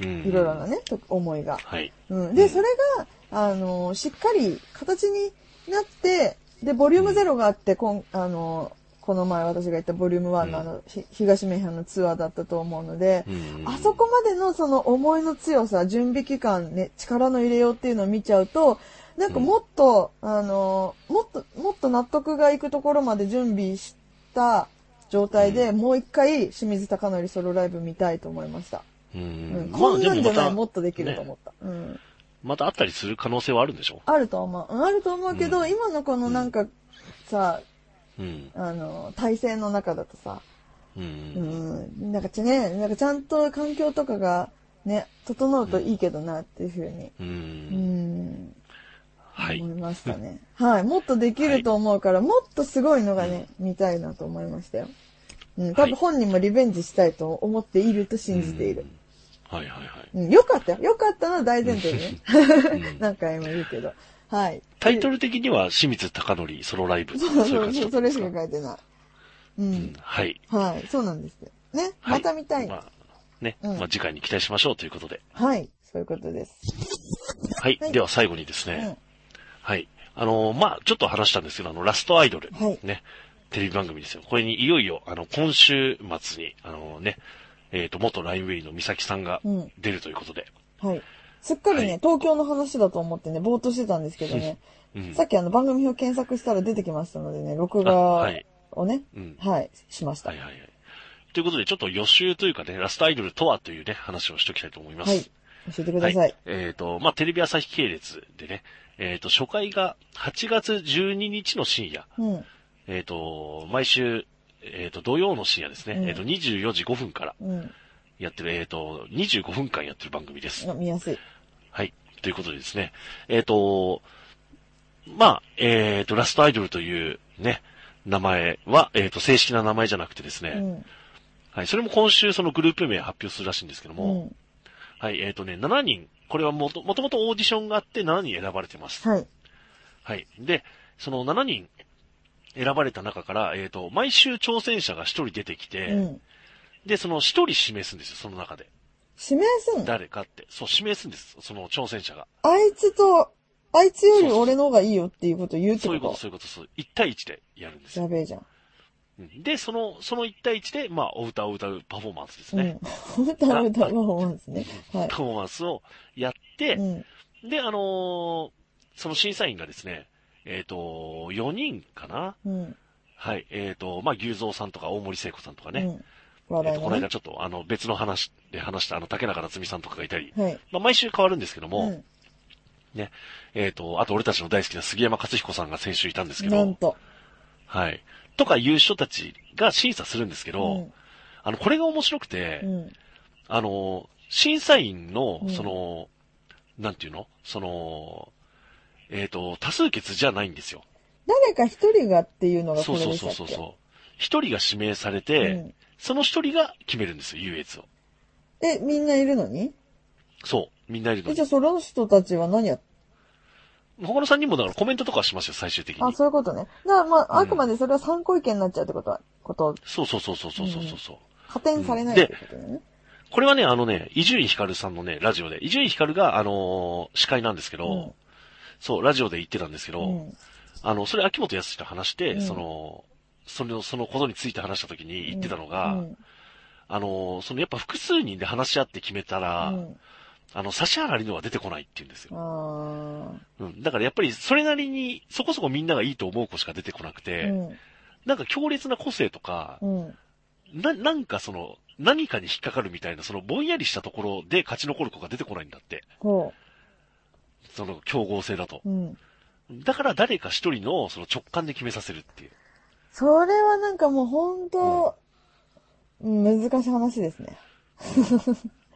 Speaker 1: うん
Speaker 2: いろいろなね、と思いが。
Speaker 1: はい。
Speaker 2: うん。
Speaker 1: う
Speaker 2: で、
Speaker 1: ん
Speaker 2: それが、あの、しっかり形になって、で、ボリュームゼロがあって、こん、あの、この前私が言ったボリューム1のあの、ひ東名阪のツアーだったと思うので、
Speaker 1: うん
Speaker 2: あそこまでのその思いの強さ、準備期間ね、力の入れようっていうのを見ちゃうと、なんかもっと、あの、もっと、もっと納得がいくところまで準備した状態で、もう一回、清水貴則ソロライブ見たいと思いました。
Speaker 1: う
Speaker 2: うん
Speaker 1: ん。ま
Speaker 2: こ
Speaker 1: あ
Speaker 2: ん
Speaker 1: で
Speaker 2: なん
Speaker 1: も
Speaker 2: じ
Speaker 1: ま
Speaker 2: ゃない、
Speaker 1: た、
Speaker 2: もっとできる
Speaker 1: ね
Speaker 2: と思った。うん。
Speaker 1: またあったりする可能性はあるんでしょ
Speaker 2: あると思う。うんあると思うけど、今のこのなんか、さ、
Speaker 1: うん。
Speaker 2: あの、体制の中だとさ、
Speaker 1: う。
Speaker 2: うんん、なんかちね、なんかちゃんと環境とかがね、整うといいけどなっていうふうに
Speaker 1: う。
Speaker 2: うん
Speaker 1: はい
Speaker 2: 思いましたね。はい。もっとできると思うから、もっとすごいのがね、見たいなと思いましたよ。うん。多
Speaker 1: はい
Speaker 2: 分本人もリベンジしたいと思っていると信じている。
Speaker 1: うんはいはい
Speaker 2: うん。よかったよ。よかったのは大前提ね。
Speaker 1: はい。うん
Speaker 2: 何回も言うけど。はい。
Speaker 1: タイトル的には清水貴則ソロライブとか
Speaker 2: そ
Speaker 1: そうい
Speaker 2: う
Speaker 1: う
Speaker 2: そ
Speaker 1: 感
Speaker 2: う
Speaker 1: じ
Speaker 2: そ
Speaker 1: だ
Speaker 2: う、
Speaker 1: った
Speaker 2: そ
Speaker 1: んで
Speaker 2: れ
Speaker 1: す
Speaker 2: し
Speaker 1: か
Speaker 2: か書いてない。うん。
Speaker 1: はい。
Speaker 2: はい。そうなんですよ。ね。
Speaker 1: はい
Speaker 2: また見たい。
Speaker 1: ま
Speaker 2: は
Speaker 1: あ、ね、
Speaker 2: うん
Speaker 1: まあ次回に期待しましょうということで。
Speaker 2: い。そういうことです。
Speaker 1: はい。
Speaker 2: はい
Speaker 1: では最後にです
Speaker 2: う
Speaker 1: ね、
Speaker 2: ん。
Speaker 1: はい。あのーまあ、ちょっと話したんですけど、あの、ラストアイドル。
Speaker 2: はい
Speaker 1: ね。テレビ番組ですよ。これにいよいよ、あの、今週末に、あのーね、えっ、と、元ラインウェイの美咲さんが
Speaker 2: うん
Speaker 1: 出るということで。
Speaker 2: はい。すっかりね、
Speaker 1: はい
Speaker 2: 東京の話だと思ってね、ぼーっとしてたんですけどね、
Speaker 1: うん。
Speaker 2: さっきあの番組表検索したら出てきましたのでね、録
Speaker 1: あは
Speaker 2: 画
Speaker 1: い。
Speaker 2: をね、
Speaker 1: うん。
Speaker 2: はい、しました。
Speaker 1: は
Speaker 2: はいい。
Speaker 1: はいはい。ということで、ちょっと予習というかね、ラストアイドルとはというね、話をしておきたいと思います。
Speaker 2: 教えてください。
Speaker 1: えっ、と、まあ、テレビ朝日系列でね、えっ、と、初回が8月12日の深夜、
Speaker 2: うん。
Speaker 1: えっ、と、毎週、えっ、と、土曜の深夜ですね、
Speaker 2: うん
Speaker 1: えっ、と、24時5分から
Speaker 2: うん。
Speaker 1: やってる、えっ、と、25分間やってる番組です。
Speaker 2: あ見やすい。
Speaker 1: はい。ということでですね、えっ、と、まあ、えっ、と、ラストアイドルというね、名前は、えっ、と、正式な名前じゃなくてですね、
Speaker 2: うん。
Speaker 1: はい、それも今週そのグループ名発表するらしいんですけど
Speaker 2: う
Speaker 1: も、
Speaker 2: ん。
Speaker 1: はい、えっ、とね、7人、これはもと、もともとオーディションがあって7人選ばれてます。
Speaker 2: はい。
Speaker 1: はい。で、その7人選ばれた中から、えっ、と、毎週挑戦者が1人出てきて、
Speaker 2: うん。
Speaker 1: で、その1人指名するんですよ、その中で。
Speaker 2: 指名すんの
Speaker 1: 誰かって。そう、指名するんです、その挑戦者が。
Speaker 2: あいつと、あいつより俺の方がいいよっていうことを言うって
Speaker 1: そうい
Speaker 2: こ
Speaker 1: うことと、そういうこと、そう。1対1でやるんですよ。
Speaker 2: やべえじゃん。
Speaker 1: うんで、その、その1対1で、まあ、お歌を歌うパフォーマンスです
Speaker 2: う
Speaker 1: ね
Speaker 2: ん。。歌う歌うパフォーマンスね。はい
Speaker 1: パ。フォーマンスをやって、
Speaker 2: うん。
Speaker 1: で、あのーその審査員がですね、えっ、と、4人かな
Speaker 2: うん。
Speaker 1: はい。えっ、と、まあ、牛蔵さんとか大森聖子さんとか
Speaker 2: う
Speaker 1: ね。
Speaker 2: ん。
Speaker 1: え
Speaker 2: 話
Speaker 1: っ、
Speaker 2: 題
Speaker 1: と、こ
Speaker 2: の
Speaker 1: の
Speaker 2: ね
Speaker 1: 間。ちょっと、あの、別の話で話した、あの、竹中夏美さんとかがいたり、
Speaker 2: はい。
Speaker 1: まあ、毎週変わるんですけども、
Speaker 2: う
Speaker 1: えっ、と、あと俺たちの大好きな杉山勝彦さんが先週いたんですけ
Speaker 2: ん。なん
Speaker 1: ど、
Speaker 2: と。
Speaker 1: はい。とかいう人たちが審査するんですけ
Speaker 2: う
Speaker 1: ど、
Speaker 2: ん。
Speaker 1: あの、これが面白くて、
Speaker 2: うん。
Speaker 1: あの、審査員の
Speaker 2: う、ん
Speaker 1: その、なんていうのその、えっ、と、多数決じゃないんですよ。
Speaker 2: 誰か一人がっていうのがこ
Speaker 1: そう
Speaker 2: れ
Speaker 1: そ
Speaker 2: で
Speaker 1: う
Speaker 2: し
Speaker 1: そ
Speaker 2: た
Speaker 1: う
Speaker 2: っ
Speaker 1: そう
Speaker 2: け
Speaker 1: そう。一人が指名されて、
Speaker 2: うん
Speaker 1: その一人が決めるんですよ、優越を。
Speaker 2: え、みんないるのに
Speaker 1: そう。みんないるの
Speaker 2: え、じゃ
Speaker 1: に
Speaker 2: あ。その人たちは何やっ
Speaker 1: 他の三人もだからコメントとかはしますよ、最終的に。
Speaker 2: あ、そういうことね。だからまあ、あくまでそれは参考意見になっちゃうってことは、こと、
Speaker 1: そうそうそうそうそうそうそうそう。
Speaker 2: 加点されないってことね。
Speaker 1: これはね、あのね、伊集院光さんのね、ラジオで、伊集院光が、あのー司会なんですけど、
Speaker 2: うん
Speaker 1: そう、ラジオで言ってたんですけど、
Speaker 2: うん。
Speaker 1: あの、それ秋元康と話して、
Speaker 2: うん
Speaker 1: その、その、そのことについて話した時に言ってたの
Speaker 2: う
Speaker 1: が、
Speaker 2: ん。
Speaker 1: あの、そのやっぱ複数人で話し合って決めたら、
Speaker 2: うん
Speaker 1: あの、差し上がりのは出てこないって言うんですよ。
Speaker 2: あ
Speaker 1: うん。だからやっぱりそれなりに、そこそこみんながいいと思う子しか出てこなく
Speaker 2: ー
Speaker 1: て、
Speaker 2: うん。
Speaker 1: なんか強烈な個性とか、
Speaker 2: うん。
Speaker 1: な、なんかその、何かに引っかかるみたいな、そのぼんやりしたところで勝ち残る子が出てこないんだって。
Speaker 2: ほ
Speaker 1: その競合性だと。
Speaker 2: う。うん。
Speaker 1: だから誰か一人のその直感で決めさせるっていう。
Speaker 2: それはなんかもう本当、うん難しい話ですね。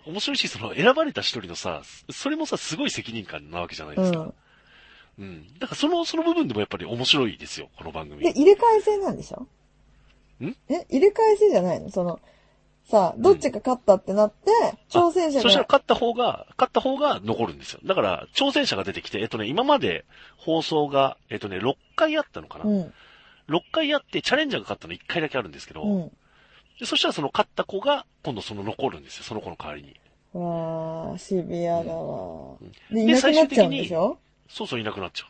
Speaker 1: 面白いし、その選ばれた一人のさ、それもさ、すごい責任感なわけじゃないうですか。
Speaker 2: ん。
Speaker 1: うん。だからその、その部分でもやっぱり面白いですよ、この番組。
Speaker 2: で、入れ替え制なんでしょ
Speaker 1: ん
Speaker 2: え、入れ替え制じゃないのその、さあ、どっちが勝ったってなって、挑戦者
Speaker 1: そしたら
Speaker 2: が、
Speaker 1: 勝った方が、勝った方が残るんですよ。だから、挑戦者が出てきて、えっとね、今まで放送が、えっとね、6回あったのかな、
Speaker 2: うん。
Speaker 1: ?6 回あって、チャレンジャーが勝ったの1回だけあるんですけど、
Speaker 2: うん。
Speaker 1: でそしたらその勝った子が、今度その残るんですよ、その子の代わりに。
Speaker 2: わあ、シビアだわ。
Speaker 1: で
Speaker 2: で、いなくなっちゃうんでしょ
Speaker 1: そうそういなくなっちゃ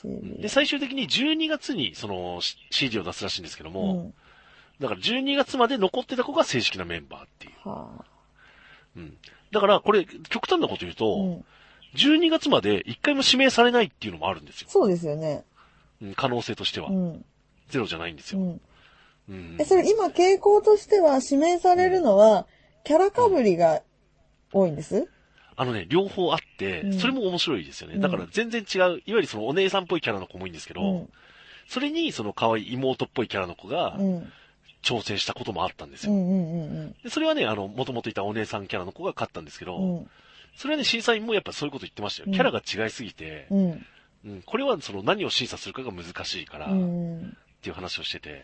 Speaker 2: シ
Speaker 1: う。
Speaker 2: ビ
Speaker 1: で、
Speaker 2: ア。
Speaker 1: 最終的に12月に、その、し CD を出すらしいんですけど
Speaker 2: う
Speaker 1: も、
Speaker 2: ん。
Speaker 1: だから12月まで残ってた子が正式なメンバーっていう。
Speaker 2: は
Speaker 1: うん。だから、これ、極端なこと言う
Speaker 2: あ。
Speaker 1: と、
Speaker 2: うん。
Speaker 1: 12月まで1回も指名されないっていうのもあるんですよ。
Speaker 2: そうですよね。
Speaker 1: うん可能性としては
Speaker 2: う。ん。
Speaker 1: ゼロじゃないんです
Speaker 2: う
Speaker 1: よ。
Speaker 2: ん。
Speaker 1: うん
Speaker 2: え、それ今傾向としては指名されるのは、キャラかぶりが多いんです
Speaker 1: あのね、両方あって、
Speaker 2: うん
Speaker 1: それも面白いですよね。
Speaker 2: うん
Speaker 1: だから全然違う、いわゆるそのお姉さんっぽいキャラの子もいいんですけど、
Speaker 2: うん。
Speaker 1: それにその可愛い妹っぽいキャラの子が
Speaker 2: うん。うん
Speaker 1: 挑戦したこともあったんです
Speaker 2: う
Speaker 1: よ。
Speaker 2: んうん
Speaker 1: でそれはね、あの、もともといたお姉さんキャラの子が勝ったんですけど、
Speaker 2: うん。うん。
Speaker 1: それはね、審査員もやっぱそういうこと言ってましたよ。キャラが違いすぎて、
Speaker 2: うん。
Speaker 1: うん、これはその何を審査するかが難しいから、
Speaker 2: う
Speaker 1: っ
Speaker 2: ん。
Speaker 1: ていう話をしてて、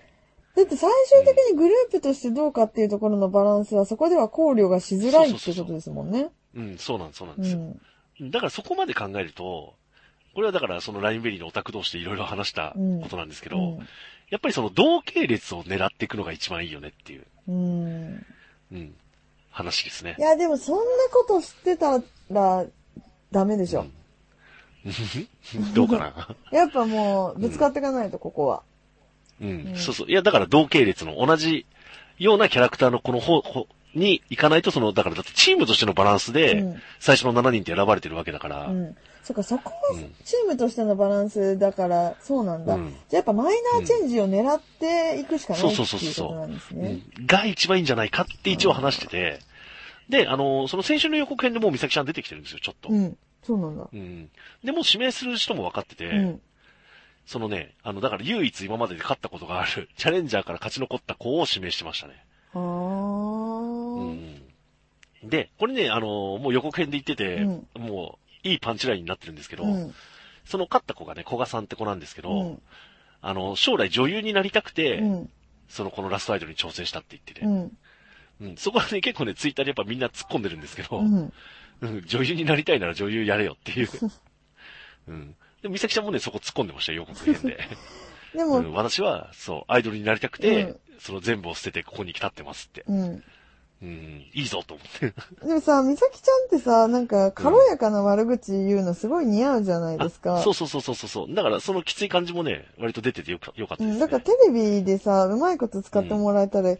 Speaker 2: だって最終的にグループとしてどうかっていうところのバランスはそこでは考慮がしづらいってことですもんね。
Speaker 1: うん、そうなんです、そうなん
Speaker 2: う
Speaker 1: ですよ。
Speaker 2: ん。
Speaker 1: だからそこまで考えると、これはだからそのラインベリーのオタク同士でいろいろ話したことなんですけど、やっぱりその同系列を狙っていくのが一番いいよねっていう、
Speaker 2: うん。うん。
Speaker 1: うん、話ですね
Speaker 2: い。や、でもそんなこと知ってたらダメでしょ。
Speaker 1: うん どうかな
Speaker 2: やっぱもう、ぶつかっていかないと、ここは。
Speaker 1: うん
Speaker 2: う、ん
Speaker 1: そうそう。いや、だから同系列の同じようなキャラクターのこの方方に行かないと、その、だからだってチームとしてのバランス
Speaker 2: う
Speaker 1: で
Speaker 2: ん、
Speaker 1: 最初の7人って選ばれてるわけだから、
Speaker 2: うん。そっか、そこは
Speaker 1: うん
Speaker 2: チームとしてのバランスだから、そうなんだ。
Speaker 1: うん
Speaker 2: じゃあやっぱマイナーチェンジを狙っていくしかない
Speaker 1: そう
Speaker 2: って
Speaker 1: そう
Speaker 2: いう
Speaker 1: そう
Speaker 2: ことなんです
Speaker 1: そう、
Speaker 2: ね。
Speaker 1: うんが一番いいんじゃないかって一応話してて、で、あの、その先週の予告編でもう美咲ちゃん出てきてるんですよ、ちょっと。
Speaker 2: うん。そうなんだ。
Speaker 1: うん。で、もう指名する人も分かってて、
Speaker 2: うん。
Speaker 1: そのね、あの、だから唯一今までで勝ったことがある、チャレンジャーから勝ち残った子を指名してましたね。
Speaker 2: あ
Speaker 1: う
Speaker 2: ー。
Speaker 1: ん。で、これね、あの、もう予告編で言ってて、
Speaker 2: うん
Speaker 1: もう、いいパンチラインになってるんですけど、
Speaker 2: うん。
Speaker 1: その勝った子がね、古賀さんって子なんですけど、
Speaker 2: うん。
Speaker 1: あの、将来女優になりたくて、
Speaker 2: うん。
Speaker 1: そのこのラストアイドルに挑戦したって言ってて、
Speaker 2: うん。
Speaker 1: うんそこはね、結構ね、ツイッターでやっぱみんな突っ込んでるんですけど、
Speaker 2: うん。
Speaker 1: うん女優になりたいなら女優やれよって いう。うん。でも、美咲ちゃんもね、そこ突っ込んで ましたよ、予告編で。
Speaker 2: で
Speaker 1: う
Speaker 2: も
Speaker 1: ん、、私は、そう、アイドルになりたくて、
Speaker 2: うん
Speaker 1: その全部を捨ててここに来たってますって。
Speaker 2: うん。
Speaker 1: うん、いいぞと思って。
Speaker 2: でもさ、美咲ちゃんってさ、なんか、軽やかな悪口言うのすごい似合うじゃないです
Speaker 1: あ
Speaker 2: か。
Speaker 1: そうそうそうそうそう。だから、そのきつい感じもね、割と出ててよかよかった
Speaker 2: う
Speaker 1: です、ね。
Speaker 2: ん、だからテレビでさ、うまいこと使ってもらえたら、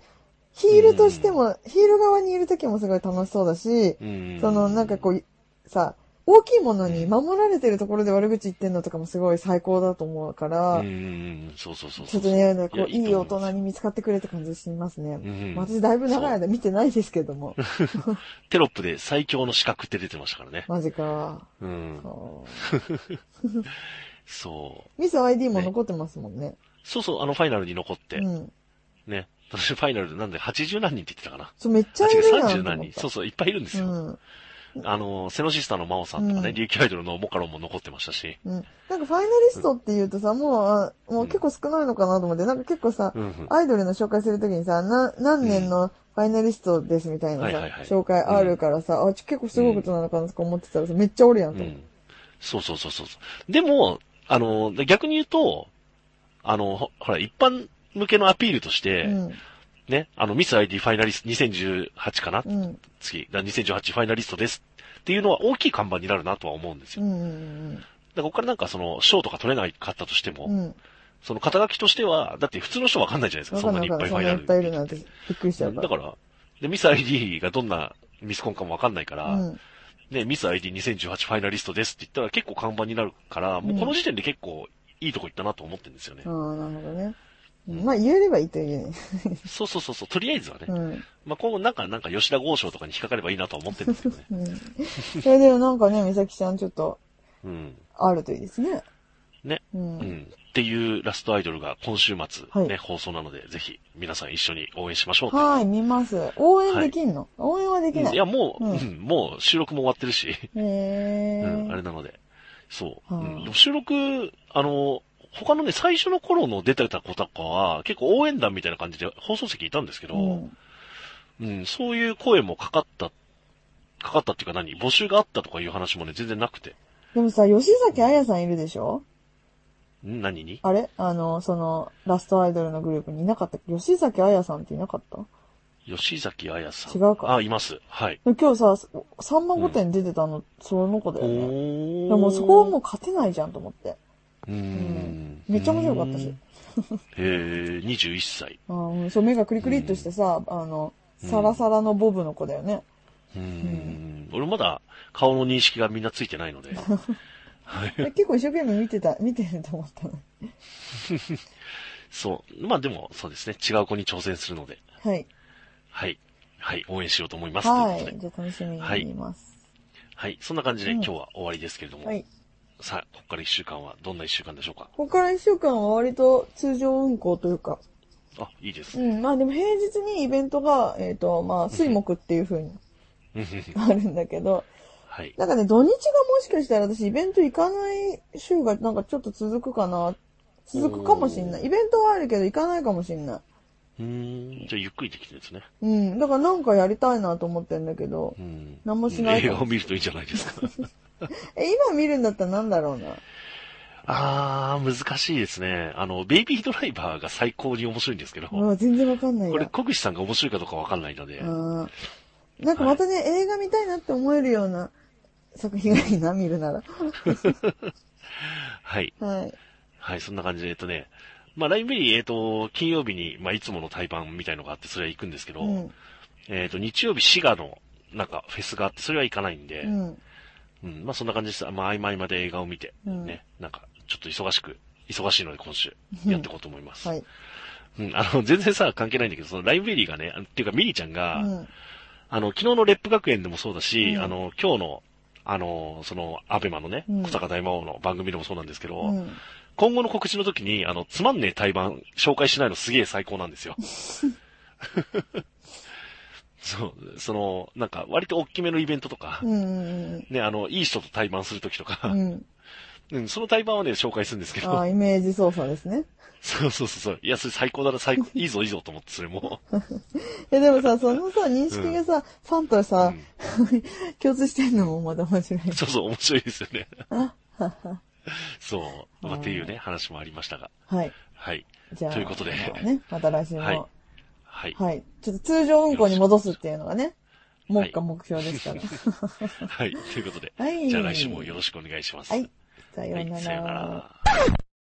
Speaker 2: ヒールとしても、ヒール側にいる時もすごい楽しそうだし、
Speaker 1: うん、
Speaker 2: そのなんかこう、さ、大きいものに守られてるところで悪口言ってんのとかもすごい最高だと思うか
Speaker 1: うん、
Speaker 2: ら、
Speaker 1: うんうん、そうそうそう
Speaker 2: ち
Speaker 1: そ
Speaker 2: ょ
Speaker 1: う。
Speaker 2: っとね、なんかこう
Speaker 1: いや
Speaker 2: い
Speaker 1: いい
Speaker 2: い
Speaker 1: と思
Speaker 2: 大
Speaker 1: います
Speaker 2: 人に見つかってくれって感じしますね。
Speaker 1: うん
Speaker 2: まあ私だいぶ長い間見てないですけども。
Speaker 1: テロップで最強の資格って出てましたからね。
Speaker 2: マジか。
Speaker 1: うん。
Speaker 2: そう
Speaker 1: そう。
Speaker 2: ミス ID も残ってますもんね。
Speaker 1: そうそう、あのファイナルに残って。
Speaker 2: うん。
Speaker 1: ね。私ファイナルでなんで80何人って言ってたかな。
Speaker 2: そう、めっちゃい
Speaker 1: 違
Speaker 2: る
Speaker 1: う
Speaker 2: な
Speaker 1: 30
Speaker 2: と思
Speaker 1: 何
Speaker 2: っ
Speaker 1: 人。
Speaker 2: た。
Speaker 1: そうそう、いっぱいいるんですよ。
Speaker 2: うん。
Speaker 1: あの、セノシスターのマオさんとかね、
Speaker 2: うん
Speaker 1: 琉球アイドルのモカロンも残ってましたし。
Speaker 2: うん。なんかファイナリストって言うとさ、もう、あもう結構少ないのかなと思って、なんか結構さ
Speaker 1: う、んうん。
Speaker 2: アイドルの紹介するときにさ、な、何年のファイナリストですみたいな
Speaker 1: はい
Speaker 2: さ
Speaker 1: はいはい、
Speaker 2: 紹介あるからさ、あ、ちょ結構すごいことなのかなとか思ってたらさ、めっちゃおるやん
Speaker 1: う
Speaker 2: と思って。
Speaker 1: ん。そうそうそうそうそう。でも、あの、逆に言うと、あの、ほほら、一般向けのアピールとして、
Speaker 2: うん。
Speaker 1: ね、あの、ミス ID ファイナリスト2018かな、
Speaker 2: うん。
Speaker 1: 次、だ2018ファイナリストですっていうのは大きい看板になるなとは思うんです
Speaker 2: う
Speaker 1: よ。
Speaker 2: ん。うん。
Speaker 1: だからここからなんかその、賞とか取れなかったとしても、
Speaker 2: うん。
Speaker 1: その肩書きとしては、だって普通の人わかんないじゃないですか、
Speaker 2: わ
Speaker 1: そ
Speaker 2: か
Speaker 1: ん
Speaker 2: ん
Speaker 1: なに
Speaker 2: な
Speaker 1: い
Speaker 2: い
Speaker 1: っ
Speaker 2: わ
Speaker 1: ぱ
Speaker 2: か
Speaker 1: い
Speaker 2: ん
Speaker 1: フ
Speaker 2: な
Speaker 1: ァ
Speaker 2: い。そ
Speaker 1: イ
Speaker 2: んな
Speaker 1: ナ
Speaker 2: い
Speaker 1: ル
Speaker 2: っぱいいるなんてびっくりしちゃう
Speaker 1: だ
Speaker 2: か
Speaker 1: から、で、ミス ID がどんなミスコンかもわかんないから、
Speaker 2: ら。うん。
Speaker 1: ね、ミス ID2018 ファイナリストですって言ったら結構看板になるから、もうこの時点で結構いいとこ行ったなと思ってるんですよね。
Speaker 2: ああ、なるほどね。
Speaker 1: うん
Speaker 2: まあ、言えればいいというね。
Speaker 1: そうそうそうそう、とりあえずはね。
Speaker 2: うん。
Speaker 1: まあ、今後なんか、なんか吉田豪商とかに引っかかればいいなとは思ってるんですけ どね。
Speaker 2: うん。それでなんかね、美咲ちゃんちょっと、
Speaker 1: うん。
Speaker 2: あるといいですね。
Speaker 1: ね。
Speaker 2: う。
Speaker 1: うんん。っていうラストアイドルが今週末、ね、
Speaker 2: はい
Speaker 1: 放送なので、ぜひ皆さん一緒に応援しましょうと。
Speaker 2: はい、見ます。応援できんの、応援はでき
Speaker 1: うん
Speaker 2: ないい。
Speaker 1: や、もう、
Speaker 2: うん
Speaker 1: うんもう収録も終わってるし、
Speaker 2: へ
Speaker 1: うん、あれ
Speaker 2: ー。
Speaker 1: なので。そう。
Speaker 2: はあ
Speaker 1: うん、でも収録、あの、他のね、最初の頃の出てた子とかは、結構応援団みたいな感じで放送席いたんですけど、
Speaker 2: うん
Speaker 1: うん、そういう声もかかった、かかったっていうか何募集があったとかいう話もね、全然なくて。
Speaker 2: でもさ、吉崎彩さんいるでしょ
Speaker 1: ん何に
Speaker 2: あれあの、その、ラストアイドルのグループにいなかった吉崎彩さんっていなかった
Speaker 1: 吉崎彩さん。
Speaker 2: 違うか
Speaker 1: あ、います。はい。
Speaker 2: 今日さ、さんま御殿出てたの、その子だよね。
Speaker 1: お
Speaker 2: でもそこは
Speaker 1: う
Speaker 2: もう勝てないじゃんと思って。
Speaker 1: ーん、
Speaker 2: めっちゃ面白かった
Speaker 1: う
Speaker 2: し
Speaker 1: ん。。へえ、21歳。
Speaker 2: あーうん、そう、目がクリクリっとしてさ、あの、
Speaker 1: うん
Speaker 2: サラサラのボブの子だよね。
Speaker 1: うーん。俺まだ顔の認識がみんなついてないので。
Speaker 2: え結構一生懸命見てた、見てると思ったの。
Speaker 1: そう。まあでも、そうですね。違う子に挑戦するので。
Speaker 2: はい。
Speaker 1: はい。はい。応援しようと思います。
Speaker 2: は
Speaker 1: ということ
Speaker 2: い。
Speaker 1: で。
Speaker 2: じゃあ楽しみに見ます。
Speaker 1: はい。そんな感じで
Speaker 2: うん
Speaker 1: 今日は終わりですけれども。
Speaker 2: はい。
Speaker 1: さあ、ここから一週間はどんな一週間でしょうか。
Speaker 2: ここから一週間は割と通常運行というか、
Speaker 1: あ、いいです
Speaker 2: う
Speaker 1: ね。
Speaker 2: ん、まあでも平日にイベントが、えっ、と、まあ水木っていう風に
Speaker 1: うん
Speaker 2: あるんだけど、
Speaker 1: はい。
Speaker 2: なんかね、土日がもしかしたら私イベント行かない週がなんかちょっと続くかな。続くかもしんな
Speaker 1: う
Speaker 2: い。
Speaker 1: ん
Speaker 2: イベントはあるけど行かないかもしんな
Speaker 1: うーん。じゃあ、ゆっくりできてるんですね。
Speaker 2: い。うん。だからなんかやりたいなと思ってんだけど。
Speaker 1: うん。
Speaker 2: 何もしない
Speaker 1: 映画を見るといいじゃないですか。
Speaker 2: え、今見るんだったらなんだろうな。
Speaker 1: あー、難しいですね。あの、ベイビードライバーが最高に面白いんですけど、
Speaker 2: う
Speaker 1: こ
Speaker 2: わ全然わかんない
Speaker 1: れ、
Speaker 2: や。
Speaker 1: 小口さんが面白いかどうかわかんないので、
Speaker 2: うん。なんかまたね、映画見たいなって思えるような作品がいいな、見るなら。
Speaker 1: はい。
Speaker 2: はい。
Speaker 1: はい、そんな感じで、えっとね、まあ、ラインベリー、えっと、金曜日に、まあ、いつもの対バンみたいのがあって、それは行くんですけど、
Speaker 2: うん。
Speaker 1: えっと、日曜日、滋賀の、なんか、フェスがあって、それは行かないんで、
Speaker 2: うん。
Speaker 1: うん、まあそんな感じです。まあ合間合間で映画を見て、
Speaker 2: うん
Speaker 1: ね、なんか、ちょっと忙しく、忙しいので今週、やっていこうと思います。
Speaker 2: はい。
Speaker 1: うん、あの、 全然さ、関係ないんだけど、そのライブベリーがね、あのっていうかミリちゃん
Speaker 2: う
Speaker 1: が、
Speaker 2: ん。
Speaker 1: あの、昨日のレップ学園でもそうだし、
Speaker 2: うん
Speaker 1: あの、今日の、あの、その、アベマのね、
Speaker 2: うん
Speaker 1: 小坂大魔王の番組でもそうなんですけど、
Speaker 2: うん。
Speaker 1: 今後の告知の時に、あの、つまんねえ対バン紹介しないのすげえ最高なんです よ。そう、その、なんか、割と大きめのイベントとか、
Speaker 2: うん。
Speaker 1: ね、あの、いい人と対バンするときとか、
Speaker 2: うん。
Speaker 1: うん、その対バンはね、紹介するんですけ
Speaker 2: あ
Speaker 1: ど、
Speaker 2: あ、イメージ操作ですね。
Speaker 1: そうそうそうそう、いや、それ最高だな、最高、いいぞ、いいぞと思って、それも。
Speaker 2: え、でもさ、そのさ、認識がさ、ファンとさ、共通してんのもまだ面白い。
Speaker 1: そうそう、面白いですよね。 そう、まあ、っていうね、話もありましたが。
Speaker 2: はい。
Speaker 1: はい。
Speaker 2: じゃあ、
Speaker 1: ということで
Speaker 2: まあね、また来週も。
Speaker 1: は
Speaker 2: はいい。
Speaker 1: はい。
Speaker 2: ちょっと通常運行に戻すっていうのがね、目下目標ですから。
Speaker 1: はい。ということで、
Speaker 2: はい
Speaker 1: じゃあ来週もよろしくお願いします。
Speaker 2: はい。さような
Speaker 1: はいさような
Speaker 2: ら。
Speaker 1: ら。